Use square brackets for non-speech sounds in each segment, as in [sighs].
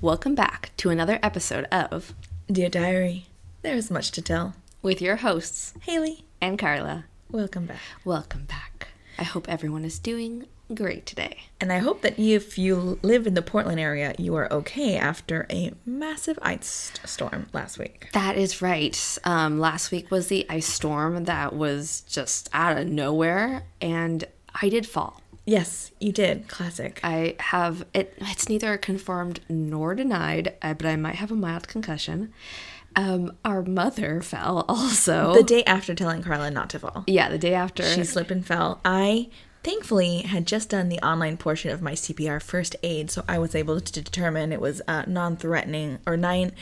Welcome back to another episode of Dear Diary, there is much to tell. With Your Hosts Haley, and Carla. welcome back. Welcome back. I hope everyone is doing great today. And I hope that if you live in the Portland area, you are okay after a massive ice storm last week. That is right. Um, last week was the ice storm that was just out of nowhere, and I did fall. Yes, you did. Classic. I have it. It's neither confirmed nor denied, uh, but I might have a mild concussion. Um, our mother fell [laughs] also. The day after telling Carla not to fall, yeah, the day after. she slipped and fell. I thankfully had just done the online portion of my CPR first aid, so I was able to determine it was uh, non threatening or nine.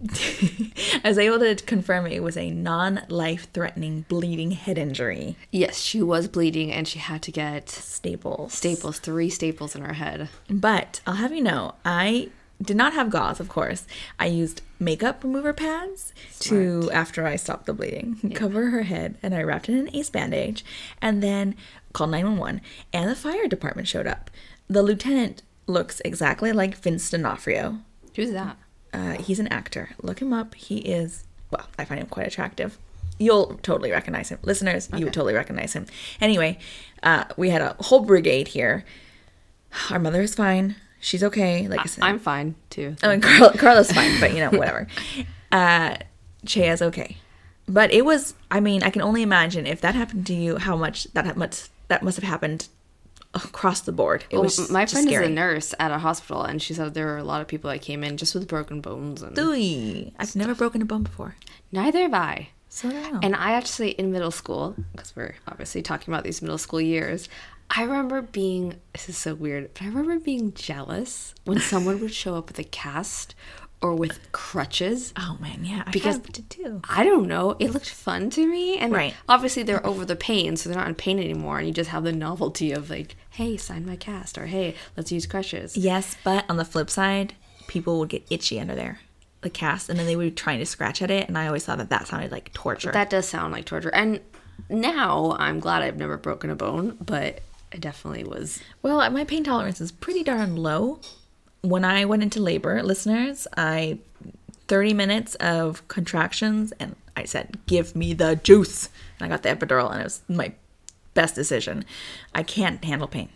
[laughs] I was able to confirm it was a non life threatening bleeding head injury. yes, she was bleeding, and she had to get Staples. staples, three staples in her head. But I'll have you know, I did not have gauze, of course. I used makeup remover pads to, after I stopped the bleeding, cover her head and I wrapped it in an ace bandage and then called 911. And the fire department showed up. The lieutenant looks exactly like Vince D'Onofrio. Who's that? Uh, he's an actor. Look him up. He is, well, I find him quite attractive. You'll totally recognize him. Listeners, you would totally recognize him. Anyway, uh, we had a whole brigade here. [sighs] Our mother is fine. She's okay. Like I [laughs] said, I'm fine too. I mean, Carl, Carla's fine, but you know, whatever. [laughs] Uh, Chea's okay, but it was. I mean, I can only imagine if that happened to you, how much that ha- much that must have happened across the board. It Well, was my just friend scary. is a nurse at a hospital, and she said there were a lot of people that came in just with broken bones, and Ooh, I've never broken a bone before. neither have I. So now. And I actually, in middle school, because we're obviously talking about these middle school years, I remember being, this is so weird, but I remember being jealous when someone would show up with a cast or with crutches. Oh man, yeah, I Because- because did too. I don't know. It looked fun to me. And Right. obviously, they're over the pain, so they're not in pain anymore. And you just have the novelty of, like, hey, sign my cast, or hey, let's use crutches. Yes, but on the flip side, people would get itchy under there, the cast, and then they would be trying to scratch at it, and I always thought that that sounded like torture. That does sound like torture. And now I'm glad I've never broken a bone, but I definitely was. Well, uh, my pain tolerance is pretty darn low. When I went into labor, listeners, I 30 minutes of contractions and I said, "Give me the juice." And I got the epidural and it was my best decision. I can't handle pain.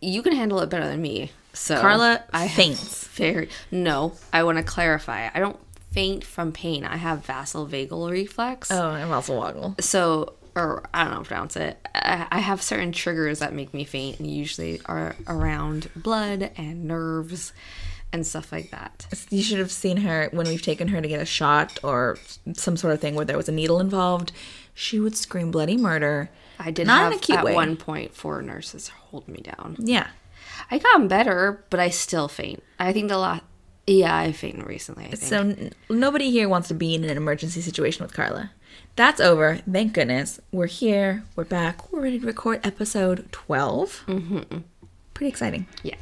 You can handle it better than me. So Carla I have faints. Very no. I want to clarify. I don't faint from pain. I have vasovagal reflex. Oh, and Russell Woggle. So or I don't know how to pronounce it. I, I have certain triggers that make me faint, and usually are around blood and nerves and stuff like that. You should have seen her when we've taken her to get a shot or some sort of thing where there was a needle involved. She would scream bloody murder. I did Not have in a cute at way. one point four nurses hold me down. Yeah. I gotten better, but I still faint. I think the last, yeah, I fainted recently. I think. So n- nobody here wants to be in an emergency situation with Carla. That's over. Thank goodness. We're here. We're back. We're ready to record episode 12. Mm-hmm. Pretty exciting. yeah,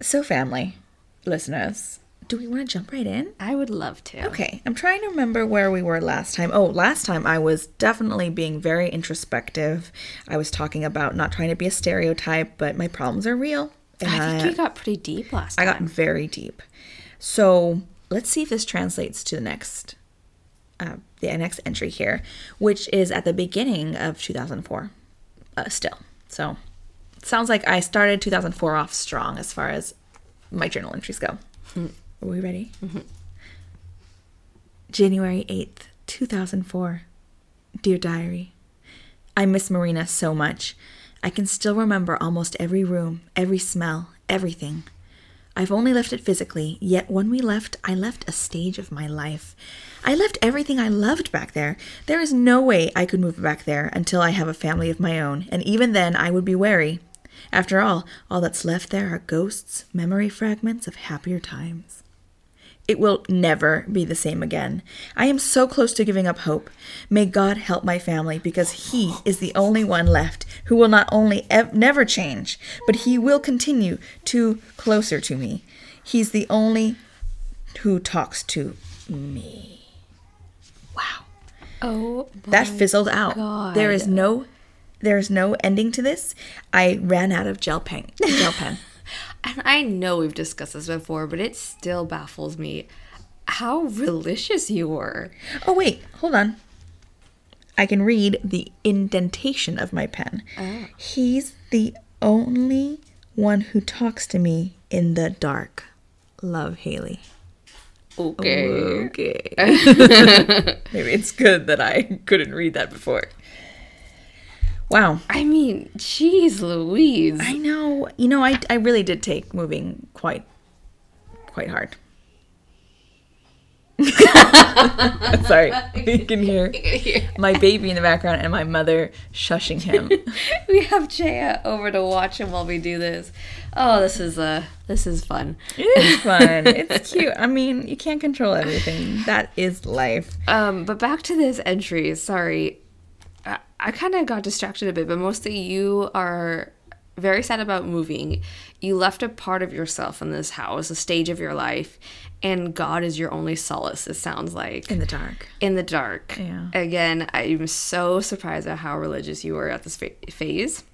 So, family, listeners, do we want to jump right in? I would love to. Okay, I'm trying to remember where we were last time. Oh, last time I was definitely being very introspective. I was talking about not trying to be a stereotype, but my problems are real. And I think you got pretty deep last I time. got very deep. So let's see if this translates to the next, uh, the next entry here, which is at the beginning of 2004. Uh, still, so it sounds like I started 2004 off strong as far as my journal entries go. Are we ready? January 8th, 2004. Dear Diary, I miss Marina so much. I can still remember almost every room, every smell, everything. I've only left it physically, yet when we left, I left a stage of my life. I left everything I loved back there. There is no way I could move back there until I have a family of my own, and even then I would be wary. After all, all that's left there are ghosts, memory fragments of happier times. It will never be the same again. I am so close to giving up hope. May God help my family because He is the only one left who will not only ev- never change, but He will continue to closer to me. He's the only who talks to me. Wow. oh, That fizzled out. God. There is no there is no ending to this. I ran out of gel pen. Gel pen. And I know we've discussed this before, but it still baffles me how religious you were. Oh, wait, hold on. I can read the indentation of my pen. He's the only one who talks to me in the dark. Love Haley. Okay. Okay. [laughs] Maybe it's good that I couldn't read that before. Wow. I mean, jeez Louise. I know. You know, I, I really did take moving quite, quite hard. [laughs] Sorry, you can [laughs] hear my baby in the background and my mother shushing him. [laughs] we have Jaya over to watch him while we do this. Oh, this is uh this is fun. It [laughs] is [laughs] fun. It's cute. I mean, you can't control everything. That is life. Um, but back to this entry. Sorry, I, I kind of got distracted a bit, but mostly you are very sad about moving. You left a part of yourself in this house, a stage of your life, and God is your only solace. It sounds like In the dark. in the dark. Yeah. Again, I'm so surprised at how religious you were at this fa- phase.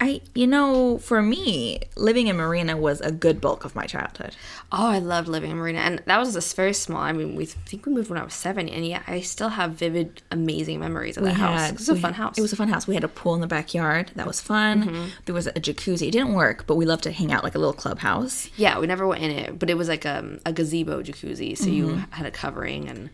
I, you know, for me, living in Marina was a good bulk of my childhood. Oh, I loved living in Marina, and that was just very small. I mean, we think we moved when I was seven, and yet I still have vivid, amazing memories of that house. It was a we fun had- house. It was a fun house. Mm-hmm. We had a pool in the backyard. That was fun. There was a jacuzzi. It didn't work, but we loved to hang out like a little clubhouse. Yeah, we never went in it, but it was like um, a gazebo jacuzzi, so you Mm-hmm. had a covering and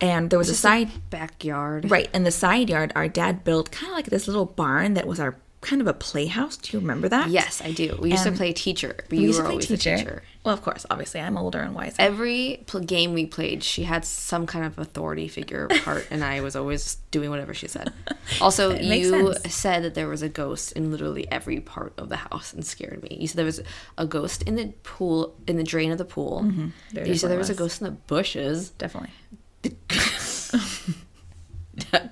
And there was a side backyard. right in the side yard. Our dad built kind of like this little barn that was our kind of a playhouse. Do you remember that? Yes, I do. We used And to play teacher. but We You used were to play always teacher. a teacher. Well, of course, obviously, I'm older and wiser. Every pl- game we played, she had some kind of authority figure [laughs] part, and I was always doing whatever she said. Also, makes you said that there was a ghost in literally every part of the house and scared me. You said there was a ghost in the pool, in the drain of the pool. Mm-hmm. There you said definitely there was a was. ghost in the bushes. [laughs] Definitely.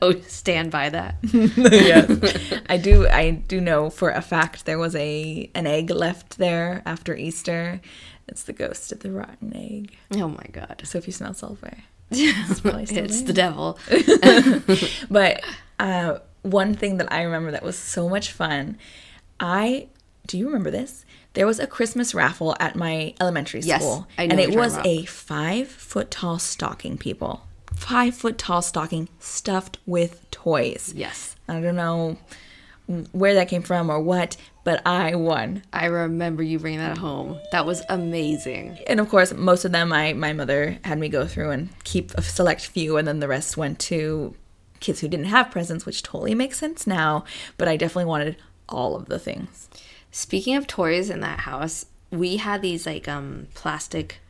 oh, stand by that. yes. [laughs] I do I do know for a fact there was a an egg left there after Easter. It's the ghost of the rotten egg. Oh my god. So if you smell sulfur, [laughs] it's probably still It's there. the devil. But uh, one thing that I remember that was so much fun, I do you remember this? There was a Christmas raffle at my elementary Yes, school, I know and what it you're was talking a five foot tall stocking. People, five foot tall stocking stuffed with toys. Yes. I don't know where that came from or what, but I won. I remember you bringing that home. That was amazing. And of course, most of them, I my mother had me go through and keep a select few, and then the rest went to kids who didn't have presents, which totally makes sense now. But I definitely wanted all of the things. Speaking of toys in that house, we had these like um plastic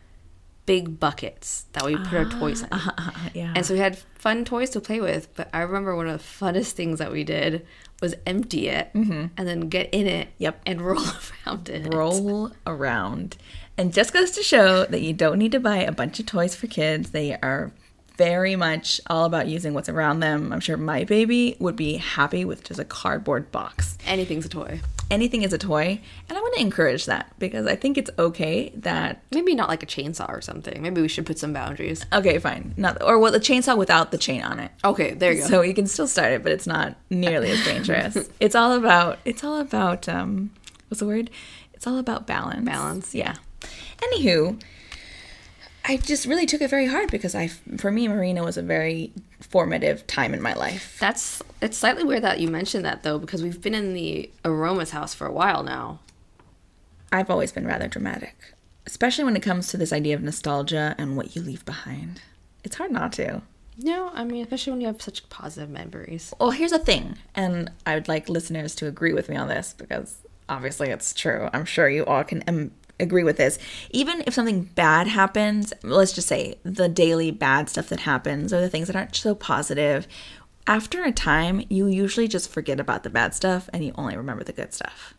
big buckets that we put our toys in. [laughs] yeah. And so we had fun toys to play with, but I remember one of the funnest things that we did was empty it and then get in it Yep. and [laughs] roll around in it. Roll around, and just goes to show that you don't need to buy a bunch of toys for kids. They are very much all about using what's around them. I'm sure my baby would be happy with just a cardboard box. Anything's a toy. anything is a toy and i want to encourage that because i think it's okay that Maybe not like a chainsaw or something. Maybe we should put some boundaries. okay fine not or well the chainsaw without the chain on it Okay, there you go. so you can still start it but it's not nearly as dangerous it's all about it's all about um what's the word it's all about balance Balance, yeah anywho i just really took it very hard because i for me marina was a very formative time in my life That's it's slightly weird that you mentioned that though, because we've been in the Aromas house for a while now. i've always been rather dramatic especially when it comes to this idea of nostalgia and what you leave behind it's hard not to No, I mean, especially when you have such positive memories. Well, here's the thing, and I would like listeners to agree with me on this because obviously it's true. I'm sure you all can um, agree with this. Even if something bad happens, let's just say the daily bad stuff that happens or the things that aren't so positive, after a time, you usually just forget about the bad stuff and you only remember the good stuff.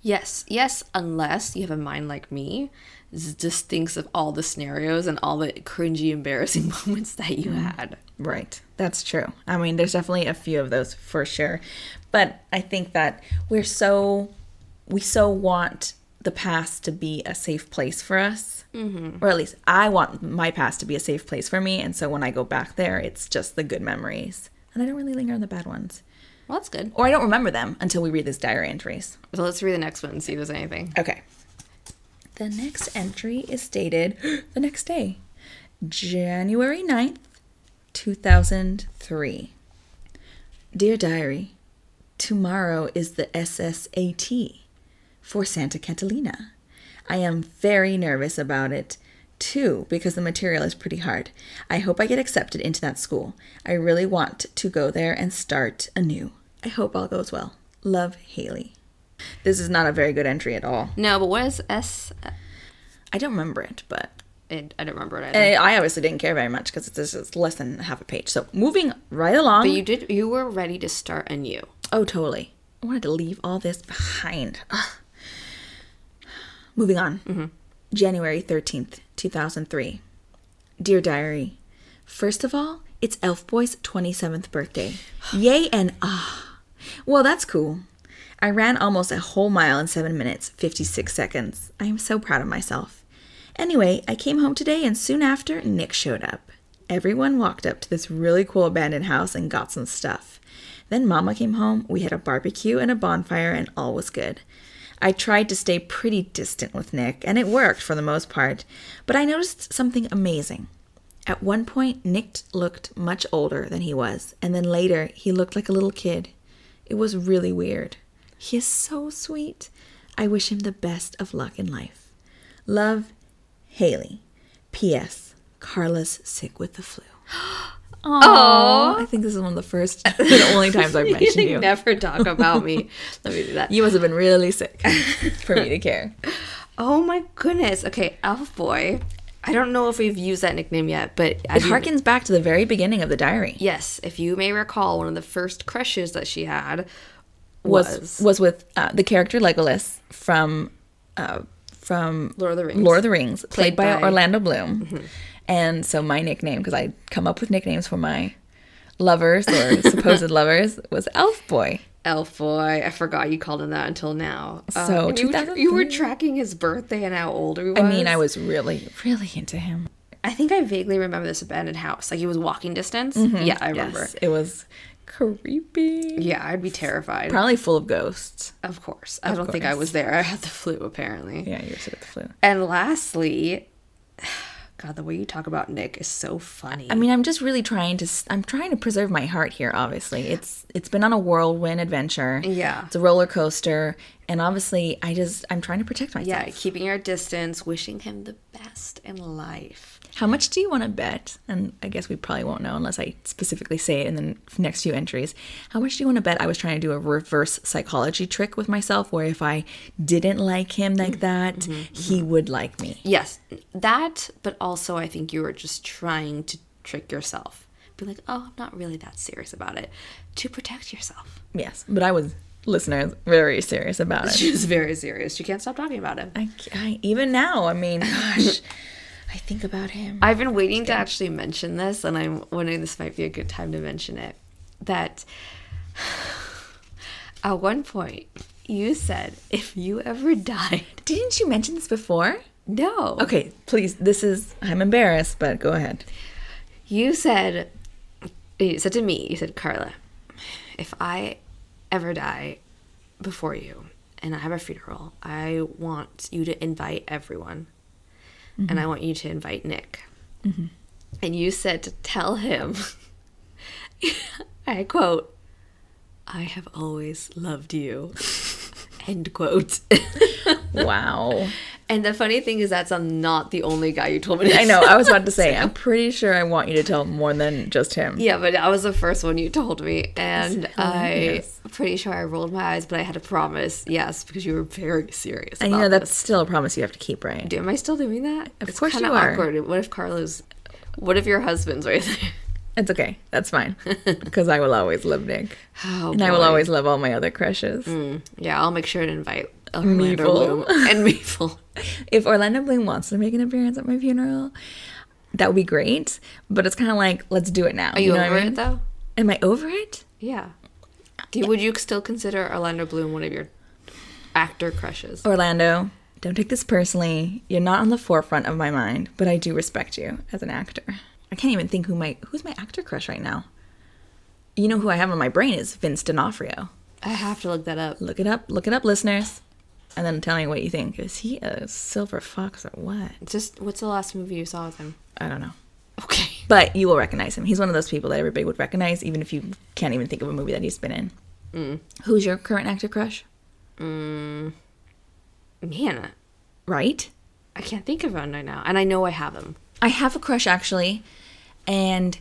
Yes, yes, unless you have a mind like me, z- just thinks of all the scenarios and all the cringy, embarrassing [laughs] moments that you had. Right. That's true. I mean, there's definitely a few of those for sure. But I think that we're so, we so want the past to be a safe place for us. Mm-hmm. Or at least I want my past to be a safe place for me. And so when I go back there, it's just the good memories. And I don't really linger on the bad ones. Well, that's good. Or I don't remember them until we read this diary entries. So let's read the next one and see if there's anything. Okay. The next entry is dated [gasps] the next day, January 9th, 2003. Dear Diary, tomorrow is the SSAT for Santa Catalina. I am very nervous about it, too, because the material is pretty hard. I hope I get accepted into that school. I really want to go there and start anew. I hope all goes well. Love, Haley. This is not a very good entry at all. No, but what is S? I don't remember it, but I I don't remember it either. and I obviously didn't care very much because it's, it's less than half a page. So moving right along. But you did. You were ready to start [laughs] anew. Oh, totally. I wanted to leave all this behind. Ugh. Moving on. Mm-hmm. January 13th, 2003. Dear Diary, first of all, it's Elf Boy's [sighs] 27th birthday. Yay and ah. Well, that's cool. I ran almost a whole mile in 7 minutes, 56 seconds. I am so proud of myself. Anyway, I came home today and soon after, Nick showed up. Everyone walked up to this really cool abandoned house and got some stuff. Then Mama came home, we had a barbecue and a bonfire, and all was good. I tried to stay pretty distant with Nick, and it worked for the most part, but I noticed something amazing. At one point, Nick looked much older than he was, and then later, he looked like a little kid. It was really weird. He is so sweet. I wish him the best of luck in life. Love, Haley. P.S. Carla's sick with the flu. Oh, I think this is one of the first, [laughs] the only times I've You mentioned you. never talk about me. [laughs] Let me do that. You must have been really sick for me to care. Oh my goodness. Okay, Alpha Boy. I don't know if we've used that nickname yet, but I It do- harkens back to the very beginning of the diary. yes, if you may recall, one of the first crushes that she had was, Was was with uh, the character Legolas from uh, from Lord of the Rings. Lord of the Rings, Played played, by, by- Mm-hmm. Orlando Bloom. And so my nickname, because I come up with nicknames for my lovers or [laughs] supposed lovers, was Elf Boy. Elf Boy. I forgot you called him that until now. Uh, So, and you, were- you were 2003. tracking his birthday and how old he was. I mean, I was really, really into him. I think I vaguely remember this abandoned house. Like it was walking distance. Yeah, I remember. Yes, it was creepy. Yeah, I'd be terrified. Probably full of ghosts. Of course. I don't think I was there. [laughs] I had the flu apparently. Yeah, you were sick with the flu. And lastly, [sighs] God, the way you talk about Nick is so funny. I mean, I'm just really trying to. s- I'm trying to preserve my heart here. Obviously, it's it's been on a whirlwind adventure. Yeah. it's a roller coaster, and obviously, I just I'm trying to protect myself. yeah, keeping your distance, wishing him the best in life. How much do you want to bet? And I guess we probably won't know unless I specifically say it in the n- next few entries. How much do you want to bet I was trying to do a reverse psychology trick with myself, where if I didn't like him Mm-hmm. like that, he would like me. Yes, that, but also I think you were just trying to trick yourself. Be like, oh, I'm not really that serious about it. To protect yourself. [laughs] Yes, but I was listeners very serious about [laughs] it. She's very serious. She can't stop talking about him. I, I even now, I mean, gosh, [laughs] I think about him. I've been waiting to actually mention this, and I'm wondering this might be a good time to mention it. That [sighs] at one point you said, if you ever died, [laughs] Didn't you mention this before? no. Okay, please. This is. I'm embarrassed, but go [laughs] ahead. You said, you said to me, you said, Carla, if I ever die before you and I have a funeral, I want you to invite everyone. And I want you to invite Nick. And you said to tell him, I quote, I have always loved you. [laughs] End quote. [laughs] Wow. and the funny thing is, that's I'm not the only guy you told me. I know. I was about to [laughs] say. I'm pretty sure I want you to tell more than just him. Yeah, but that was the first one you told me, and I'm hilarious. pretty sure I rolled my eyes, but I had to promise yes because you were very serious. and about you know that's this. still a promise you have to keep, right? Do- Am I still doing that? Of course kinda you are. Awkward. What if Carlos? What if your husband's right there? [laughs] It's okay. That's [laughs] fine. Because I will always love Nick, Oh, and I will boy. always love all my other crushes. Mm, yeah, I'll make sure to invite Orlando Bloom Meeple. and [laughs] Meeple. If Orlando Bloom wants to make an appearance at my funeral, that would be great. But it's kind of like, let's do it now. Are you, know what I over mean? it though? Am I over it? Yeah. Do, Would you still consider Orlando Bloom one of your actor crushes? Orlando, don't take this personally. You're not on the forefront of my mind, but I do respect you as an actor. I can't even think who my who's my actor crush right now. You know who I have in my brain is Vince D'Onofrio. I have to look that up. Look it up. Look it up, listeners. And then tell me what you think. Is he a silver fox or what? Just what's the last movie you saw with him? I don't know. Okay. But you will recognize him. He's one of those people that everybody would recognize, even if you can't even think of a movie that he's been in. Who's your current actor crush? Man, Right? I can't think of one right now. And I know I have him. I have a crush actually, and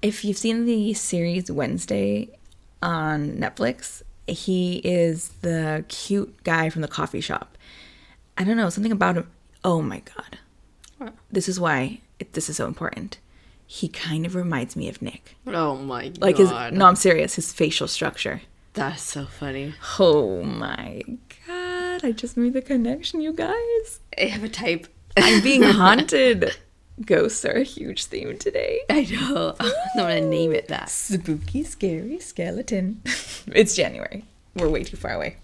if you've seen the series Wednesday on Netflix, he is the cute guy from the coffee shop. I don't know something about him. Oh my god, What? this is why it, this is so important. He kind of reminds me of Nick. Oh my Like god. his no, I'm serious. His facial structure. That's so funny. Oh my god, I just made the connection, you guys. I have a type. [laughs] I'm being haunted. Ghosts are a huge theme today. I know. [laughs] I'm not gonna name it that. [laughs] Spooky, scary skeleton. [laughs] it's January. We're way too far away.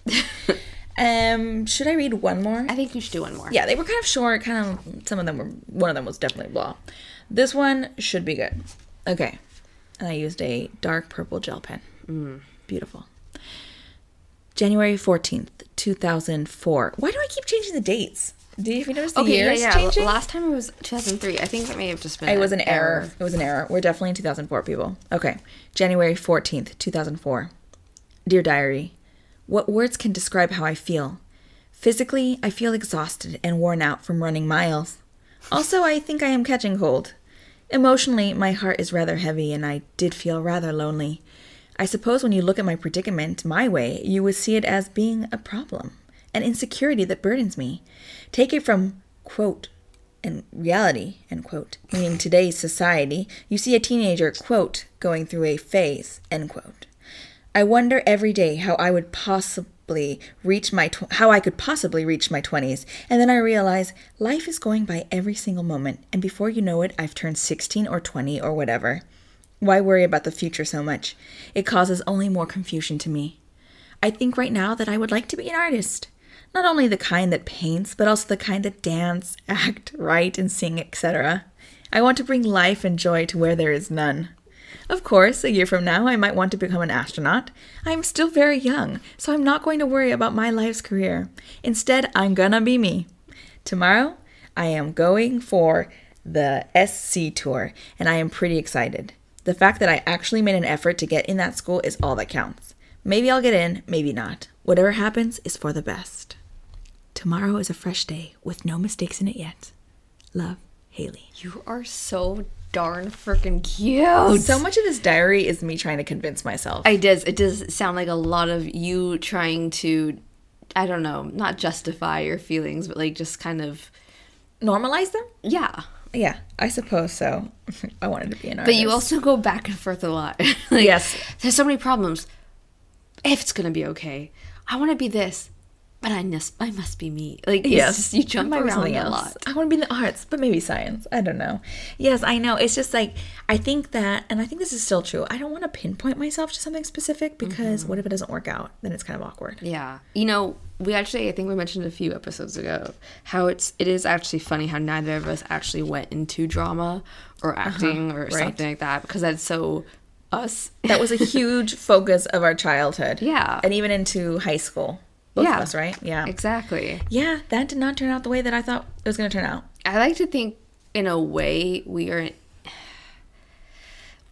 [laughs] um, should I read one more? I think you should do one more. Yeah, they were kind of short. Kind of, some of them were. One of them was definitely blah. This one should be good. Okay, and I used a dark purple gel pen. Mm. Beautiful. January fourteenth, two thousand four. Why do I keep changing the dates? Do you, have you noticed the Okay, yeah, years yeah. changing? Last time it was 2003. I think it may have just been. It was an error. It was an error. We're definitely in 2004, people. Okay. January 14th, 2004. Dear Diary, what words can describe how I feel? Physically, I feel exhausted and worn out from running miles. Also, I think I am catching cold. Emotionally, my heart is rather heavy and I did feel rather lonely. I suppose when you look at my predicament my way, you would see it as being a problem, an insecurity that burdens me. Take it from, quote, in reality, end quote, meaning today's society, you see a teenager, quote, going through a phase, end quote. I wonder every day how I would possibly reach my tw- how I could possibly reach my 20s, and then I realize life is going by every single moment, and before you know it, I've turned 16 or 20 or whatever. Why worry about the future so much? It causes only more confusion to me. I think right now that I would like to be an artist. Not only the kind that paints, but also the kind that dance, [laughs] act, write, and sing, etc. I want to bring life and joy to where there is none. Of course, a year from now, I might want to become an astronaut. I'm still very young, so I'm not going to worry about my life's career. Instead, I'm gonna be me. Tomorrow, I am going for the SC tour, and I am pretty excited. The fact that I actually made an effort to get in that school is all that counts. Maybe I'll get in, maybe not. Whatever happens is for the best. Tomorrow is a fresh day with no mistakes in it yet. Love, Haley. You are so darn freaking cute. So much of this diary is me trying to convince myself. It does. It does sound like a lot of you trying to, I don't know, not justify your feelings, but like just kind of, normalize them? yeah. Yeah, I suppose so. [laughs] I wanted to be an artist. But you also go back and forth a lot. [laughs] like, Yes. There's so many problems. If it's gonna be okay, I want to be this, but I must, I must be me. Like it's yes, just, you jump might be around something a else. lot. I want to be in the arts, but maybe science. I don't know. Yes, I know. It's just like I think that, and I think this is still true. I don't want to pinpoint myself to something specific because Mm-hmm. what if it doesn't work out? Then it's kind of awkward. Yeah. You know, we actually I think we mentioned a few episodes ago how it's it is actually funny how neither of us actually went into drama or Uh-huh. acting or something like that because that's so us. [laughs] That was a huge focus of our childhood. Yeah. and even into high school. Both Yeah. of us, right? Yeah. Exactly. yeah, that did not turn out the way that I thought it was going to turn out. I like to think in a way we are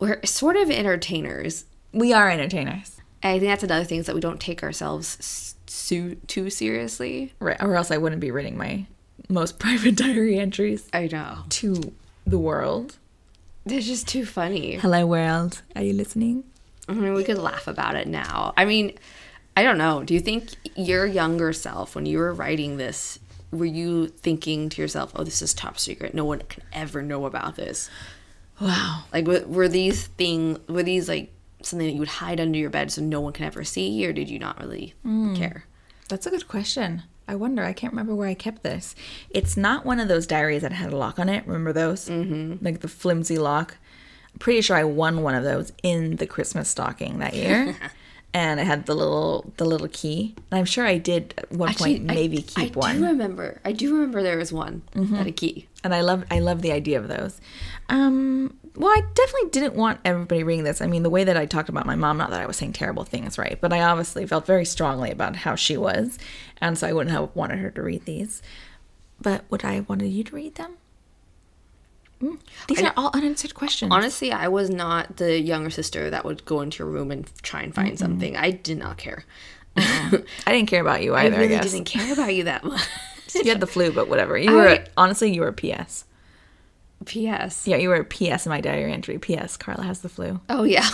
we're sort of entertainers. We are entertainers, And I think that's another thing is that we don't take ourselves s- su- too seriously. right? Or else I wouldn't be reading my most [laughs] private diary entries I know. to the world. They're just too funny. Hello, world. Are you listening? I mean, we could laugh about it now. I mean, I don't know. Do you think your younger self, when you were writing this, were you thinking to yourself, "Oh, this is top secret. No one can ever know about this." Wow. Like, were, were these thing were these like something that you would hide under your bed so no one can ever see, or did you not really care? That's a good question. I wonder. I can't remember where I kept this. It's not one of those diaries that had a lock on it. Remember those? Mm-hmm. Like the [laughs] flimsy lock. I'm pretty sure I won one of those in the Christmas stocking that year. and it had the little the little key. And I'm sure I did at one point I- maybe I, keep one. Mm-hmm. do remember. I do remember there was one at a key. and I love I love the idea of those. Um, well, I definitely didn't want everybody reading this. I mean, the way that I talked about my mom, not that I was saying terrible things, right? But I obviously felt very strongly about how she was, and so I wouldn't have wanted her to read these. But would I have wanted you to read them? Mm, These are all unanswered questions. Honestly, I was not the younger sister that would go into your room and try and find something. I did not care. [laughs] I didn't care about you I either. I, really guess didn't care about you that [laughs] much. you had the flu, but whatever. You were I- honestly you were a PS. P.S. Yeah, you were a PS in my diary entry. PS. Carla has the flu. Oh yeah. [laughs]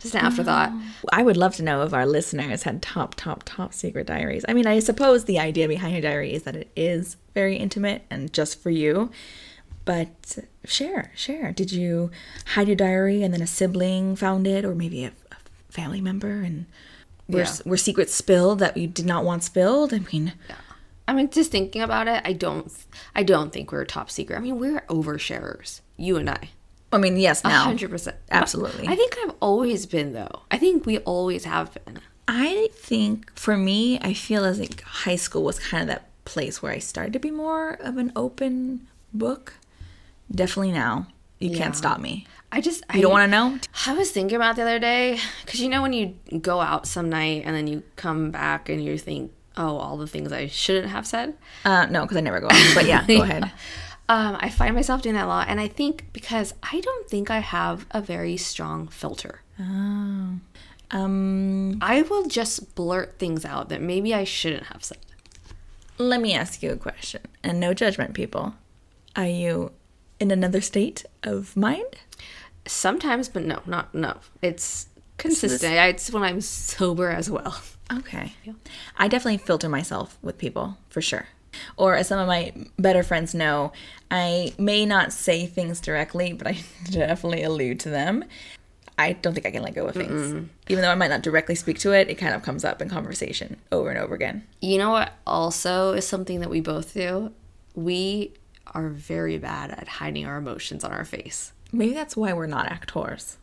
Just an afterthought. I would love to know if our listeners had top, top, top secret diaries. I mean, I suppose the idea behind your diary is that it is very intimate and just for you. But share, share. Did you hide your diary and then a sibling found it, or maybe a, a family member, and were, Yeah. were secrets spilled that you did not want spilled? I mean, I mean, just thinking about it, I don't, I don't think we're top secret. I mean, we're oversharers, you and I, I mean, yes, now hundred percent, absolutely. I think I've always been though. I think we always have been. I think for me, I feel as like high school was kind of that place where I started to be more of an open book. Definitely now. You can't stop me. I just, I You don't want to know? I was thinking about the other day because you know when you go out some night and then you come back and you think, oh, all the things I shouldn't have said. Uh, no, because I never go out. But yeah, [laughs] go ahead. Um, I find myself doing that a lot, and I think because I don't think I have a very strong filter. Um, I will just blurt things out that maybe I shouldn't have said. let me ask you a question. And no judgment, people. Are you in another state of mind? Sometimes, but no, not no. It's consistent. It's when I'm sober as well. Okay. I definitely filter myself with people for sure. Or as some of my better friends know, I may not say things directly, but I [laughs] definitely allude to them. I don't think I can let go of things. Even though I might not directly speak to it, it kind of comes up in conversation over and over again. You know what? Also, is something that we both do. We are very bad at hiding our emotions on our face. Maybe that's why we're not actors.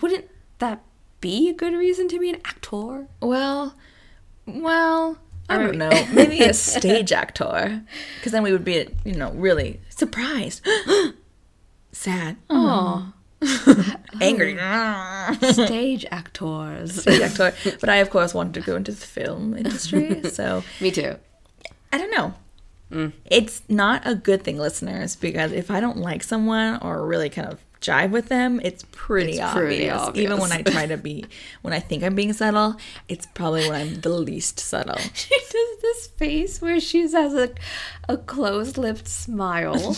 Wouldn't that be a good reason to be an actor? Well, well, I don't know. [laughs] Maybe a stage actor, because then we would be, you know, really surprised, [gasps] sad, Oh, angry. stage [laughs] actors. stage actor. But I, of course, wanted to go into the film industry. [laughs] So Me too. I don't know. Mm. It's not a good thing, listeners, because if I don't like someone or really kind of jive with them, it's pretty, It's obvious. pretty Even when I obvious. [laughs] try to be, when I think I'm being subtle, it's probably when I'm the [laughs] least subtle. She does this face where she has a, a closed lipped [laughs] smile.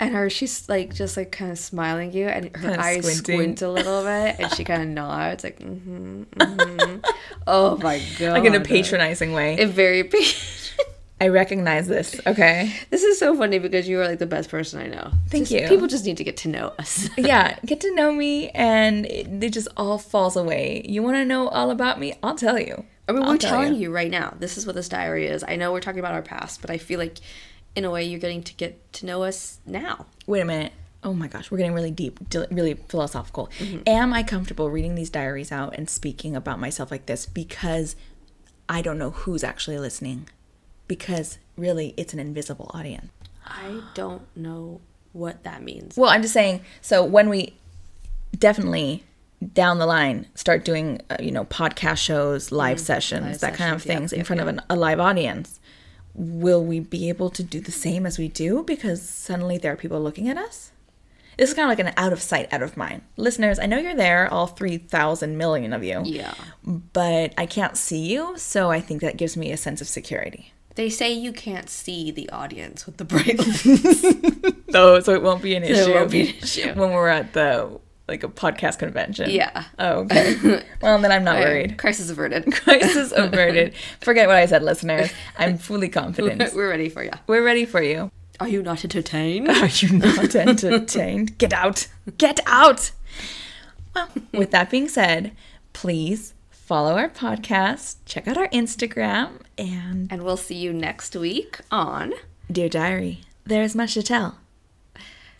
And her, she's like just like kind of smiling at you, and her Kinda eyes squinting. squint a little bit, and she [laughs] kind of nods, like, mm-hmm, mm-hmm. oh my god, Like in a patronizing way. It very. pa- [laughs] I recognize this, okay? this is so funny because you are like the best person I know. Thank Just- you. People just need to get to know us. [laughs] yeah, get to know me, and it, it just all falls away. You want to know all about me? I'll tell you. I mean, I'll we're tell telling you. right now. This is what this diary is. I know we're talking about our past, but I feel like, in a way, you're getting to get to know us now. wait a minute. Oh my gosh, we're getting really deep, di- really philosophical. Am I comfortable reading these diaries out and speaking about myself like this because I don't know who's actually listening? Because really, it's an invisible audience. I don't know what that means. Well, I'm just saying, so when we definitely down the line start doing, uh, you know, podcast shows, live sessions, Mm, live that kind of sessions, yep, things in yep, front of an, a live audience, will we be able to do the same as we do because suddenly there are people looking at us? This is kind of like an out of sight, out of mind. Listeners, I know you're there, all 3,000 million of you. Yeah. But I can't see you, so I think that gives me a sense of security. They say you can't see the audience with the [laughs] bright lights. Oh, so it won't [laughs] be an issue. it won't be an issue. [laughs] when we're at the like a podcast convention. Yeah. [laughs] Oh, okay. well, then I'm not worried. [laughs] Crisis averted. Crisis averted. Forget what I said, listeners. I'm fully [laughs] [laughs] confident. We're ready for you. We're ready for you. Are you not entertained? Are you not entertained? Get out. Get out. Well, with that being said, please follow our podcast, check out our Instagram, [laughs] and and we'll see you next week on Dear Diary, there is much to tell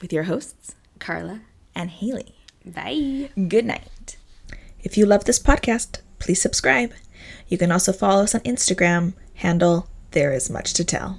with your hosts Carla. and Haley. Bye. Good night. If you love this podcast, please subscribe. You can also follow us on Instagram, handle There Is Much to Tell.